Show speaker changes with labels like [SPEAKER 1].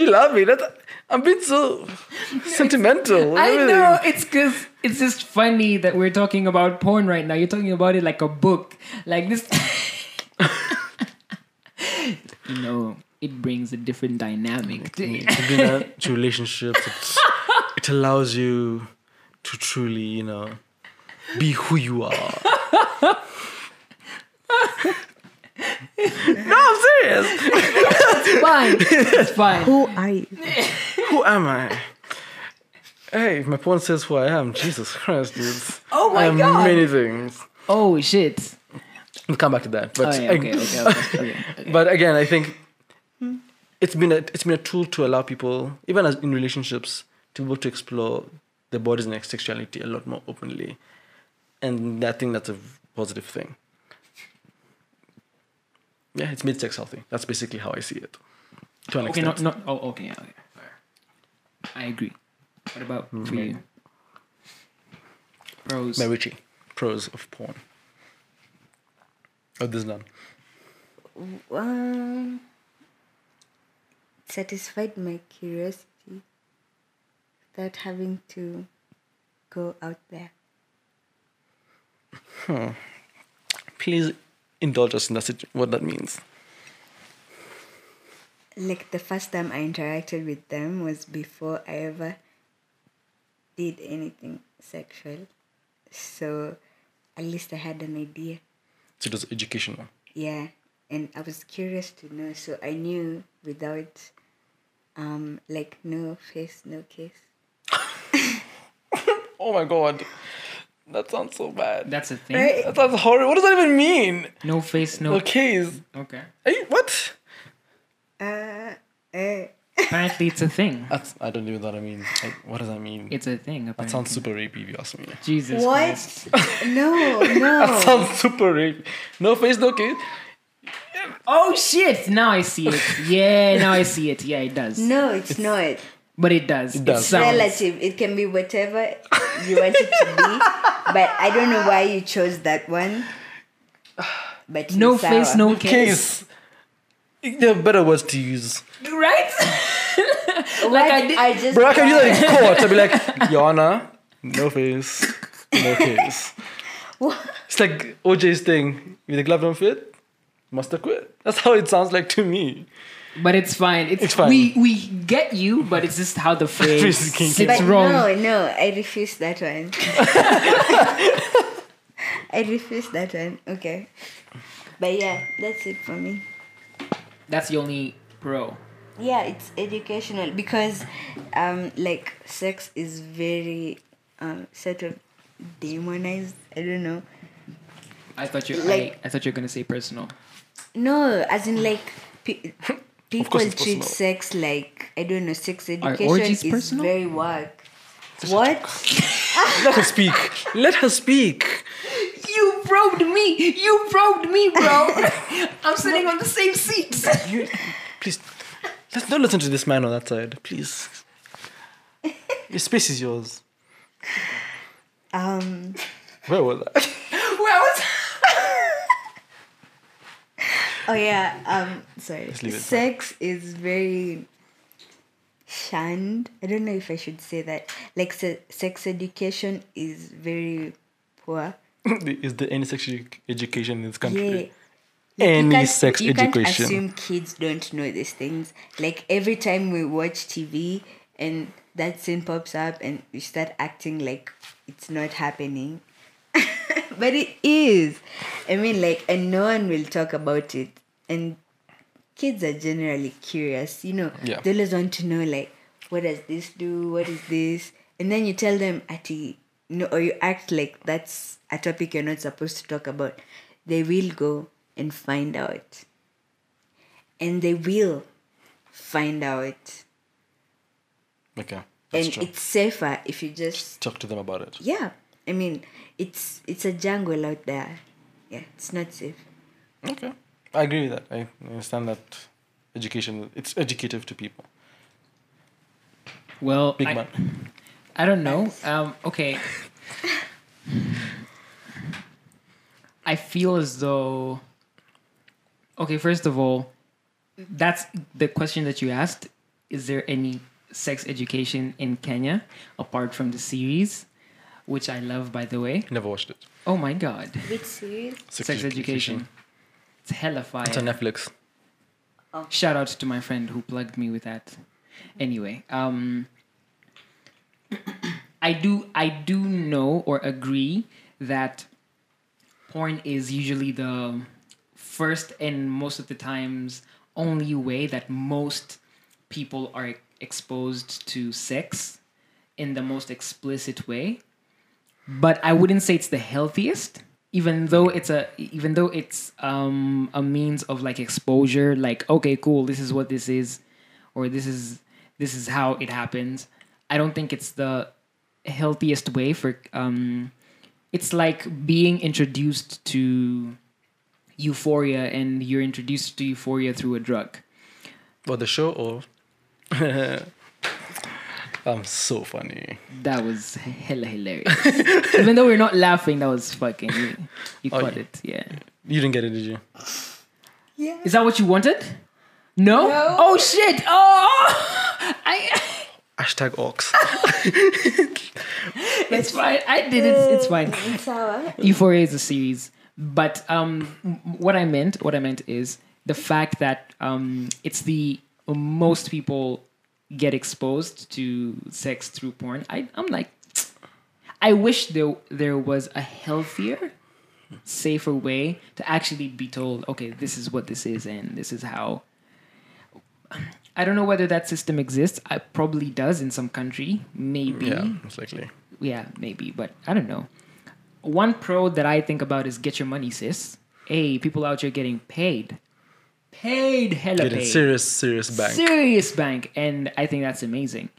[SPEAKER 1] You love me. That's, I'm being so sentimental.
[SPEAKER 2] I
[SPEAKER 1] Really.
[SPEAKER 2] know it's because it's just funny that we're talking about porn right now. You're talking about it like a book, like this. you know, it brings a different dynamic. to it.
[SPEAKER 1] to be in a to relationships. It's, it allows you to truly, you know, be who you are. no, I'm serious.
[SPEAKER 2] It's fine. It's fine.
[SPEAKER 3] Who are you?
[SPEAKER 1] Who am I? Hey, if my porn says who I am, Jesus Christ, dude.
[SPEAKER 2] Oh my
[SPEAKER 1] I am
[SPEAKER 2] God.
[SPEAKER 1] many things.
[SPEAKER 2] Oh shit.
[SPEAKER 1] We'll come back to that. But
[SPEAKER 2] Oh, yeah, okay, okay, okay, okay.
[SPEAKER 1] but again, I think it's been a it's been a tool to allow people, even as in relationships, to be able to explore their bodies and their sexuality a lot more openly, and I think that's a positive thing. Yeah, it's made sex healthy. That's basically how I see it. To an
[SPEAKER 2] Okay,
[SPEAKER 1] extent,
[SPEAKER 2] not, not oh okay, yeah, okay. I agree. What about
[SPEAKER 1] Mm-hmm.
[SPEAKER 2] for you? Pros.
[SPEAKER 1] Marichi, pros of porn. Oh, there's none.
[SPEAKER 3] Um, satisfied my curiosity without having to go out there.
[SPEAKER 1] Please indulge us in that situ- what that means.
[SPEAKER 3] Like the first time I interacted with them was before I ever did anything sexual. So at least I had an idea.
[SPEAKER 1] So it was educational.
[SPEAKER 3] Yeah, and I was curious to know, so I knew without, um, like no face, no kiss.
[SPEAKER 1] Oh my god, that sounds so bad.
[SPEAKER 2] That's a thing.
[SPEAKER 3] Right?
[SPEAKER 1] That sounds horrible. What does that even mean?
[SPEAKER 2] No face, no.
[SPEAKER 1] Okay,
[SPEAKER 2] Okay.
[SPEAKER 1] is- are you, what?
[SPEAKER 3] Uh, eh.
[SPEAKER 2] Apparently, it's a thing.
[SPEAKER 1] That's, I don't even know what I mean. Like, what does that mean?
[SPEAKER 2] It's a thing. Apparently.
[SPEAKER 1] that sounds super rapey if you ask me.
[SPEAKER 2] Jesus. Christ.
[SPEAKER 3] what? no,
[SPEAKER 1] That
[SPEAKER 3] no.
[SPEAKER 1] sounds super rapey. No face, no kiss.
[SPEAKER 2] Oh shit! Now I see it. Yeah, now I see it. Yeah, it does.
[SPEAKER 3] No, it's not.
[SPEAKER 2] But it does. It,
[SPEAKER 1] does.
[SPEAKER 2] sounds.
[SPEAKER 3] Relative. It can be whatever you want it to be. But I don't know why you chose that one. But
[SPEAKER 2] no
[SPEAKER 3] you saw
[SPEAKER 2] face,
[SPEAKER 3] her.
[SPEAKER 2] no case.
[SPEAKER 1] Kiss. There are better words to use.
[SPEAKER 2] Right?
[SPEAKER 3] What?
[SPEAKER 2] like I did.
[SPEAKER 3] just
[SPEAKER 1] Bro, I can do that in court. I'll be like, Your Honor, no face, no kiss. It's like OJ's thing. If the glove don't fit, must have quit. That's how it sounds like to me.
[SPEAKER 2] but it's fine. It's,
[SPEAKER 1] It's fine.
[SPEAKER 2] We we get you, but it's just how the phrase
[SPEAKER 1] Phrase is kinky.
[SPEAKER 2] sits
[SPEAKER 3] But
[SPEAKER 2] wrong.
[SPEAKER 3] no, no, I refuse that one. I refuse that one. Okay. But yeah, that's it for me.
[SPEAKER 2] That's the only pro.
[SPEAKER 3] Yeah, it's educational because, um, like sex is very, um, sort of demonized. I don't know.
[SPEAKER 2] I thought you.
[SPEAKER 3] Like-
[SPEAKER 2] I, I thought you were gonna say personal.
[SPEAKER 3] No, as in like pe- people
[SPEAKER 1] it's
[SPEAKER 3] treat
[SPEAKER 1] personal.
[SPEAKER 3] sex like I don't know. Sex education
[SPEAKER 2] orgies
[SPEAKER 3] is
[SPEAKER 2] personal?
[SPEAKER 3] very work. What?
[SPEAKER 1] Let her speak. Let her speak.
[SPEAKER 2] You probed me. You probed me, bro. I'm sitting on the same seat.
[SPEAKER 1] You, please, let's don't listen to this man on that side, please. Your space is yours.
[SPEAKER 3] Um,
[SPEAKER 1] Where was I?
[SPEAKER 2] Where was?
[SPEAKER 3] oh yeah. Um, sorry.
[SPEAKER 1] Just leave it.
[SPEAKER 3] Sex is very shunned. I don't know if I should say that. Like se- sex education is very poor.
[SPEAKER 1] is there any sex edu- education in this
[SPEAKER 3] Yeah.
[SPEAKER 1] country?
[SPEAKER 3] You
[SPEAKER 1] Any
[SPEAKER 3] can't-
[SPEAKER 1] sex
[SPEAKER 3] you
[SPEAKER 1] education?
[SPEAKER 3] can't assume kids don't know these things. Like every time we watch TV and that scene pops up and we start acting like it's not happening. but it is. I mean like and no one will talk about it. And kids are generally curious, you know.
[SPEAKER 1] Yeah.
[SPEAKER 3] They always want to know like what does this do? What is this? And then you tell them at no or you act like that's a topic you're not supposed to talk about. They will go and find out. And they will find out.
[SPEAKER 1] Okay, that's
[SPEAKER 3] and
[SPEAKER 1] true.
[SPEAKER 3] it's safer if you just
[SPEAKER 1] Talk to them about it.
[SPEAKER 3] yeah. I mean, it's it's a jungle out there. Yeah, it's not safe.
[SPEAKER 1] Okay, I agree with that. I understand that education. It's educative to people.
[SPEAKER 2] Well,
[SPEAKER 1] Big
[SPEAKER 2] I-
[SPEAKER 1] man.
[SPEAKER 2] I don't know. Um, okay. I feel as though. Okay, first of all, that's the question that you asked is there any sex education in Kenya apart from the series, which I love, by the way?
[SPEAKER 1] Never watched it.
[SPEAKER 2] Oh my god,
[SPEAKER 3] Which series?
[SPEAKER 2] sex, education. It's hella fire.
[SPEAKER 1] It's on Netflix.
[SPEAKER 2] Shout out to my friend who plugged me with that. Anyway, um, I do I do know or agree that porn is usually the first and most of the times only way that most people are exposed to sex in the most explicit way but I wouldn't say it's the healthiest. Even though it's a, even though it's um, a means of like exposure, like okay, cool, this is what this is, or this is this is how it happens. I don't think it's the healthiest way for. Um, it's like being introduced to euphoria, and you're introduced to euphoria through a drug.
[SPEAKER 1] But the show or I'm so funny.
[SPEAKER 2] That was hella hilarious. even though we're not laughing, that was fucking. You, you
[SPEAKER 1] Oh,
[SPEAKER 2] caught
[SPEAKER 1] yeah.
[SPEAKER 2] it, yeah.
[SPEAKER 1] You didn't get it, did you?
[SPEAKER 3] Yeah.
[SPEAKER 2] Is that what you wanted? No.
[SPEAKER 3] No.
[SPEAKER 2] Oh shit! Oh, I.
[SPEAKER 1] Hashtag ox.
[SPEAKER 2] It's fine. I did it. It's fine.
[SPEAKER 3] It's our
[SPEAKER 2] Euphoria is a series, but um, m- what I meant, what I meant is the fact that um, it's the most people get exposed to sex through porn. I, I'm like, I wish there there was a healthier, safer way to actually be told, okay, this is what this is, and this is how. I don't know whether that system exists. It probably does in some country, maybe
[SPEAKER 1] yeah, most likely.
[SPEAKER 2] yeah, maybe, but I don't know. One pro that I think about is get your money, sis. Hey, people out here getting paid, paid, hella
[SPEAKER 1] Getting
[SPEAKER 2] paid,
[SPEAKER 1] serious, serious bang.
[SPEAKER 2] serious bank, and I think that's amazing.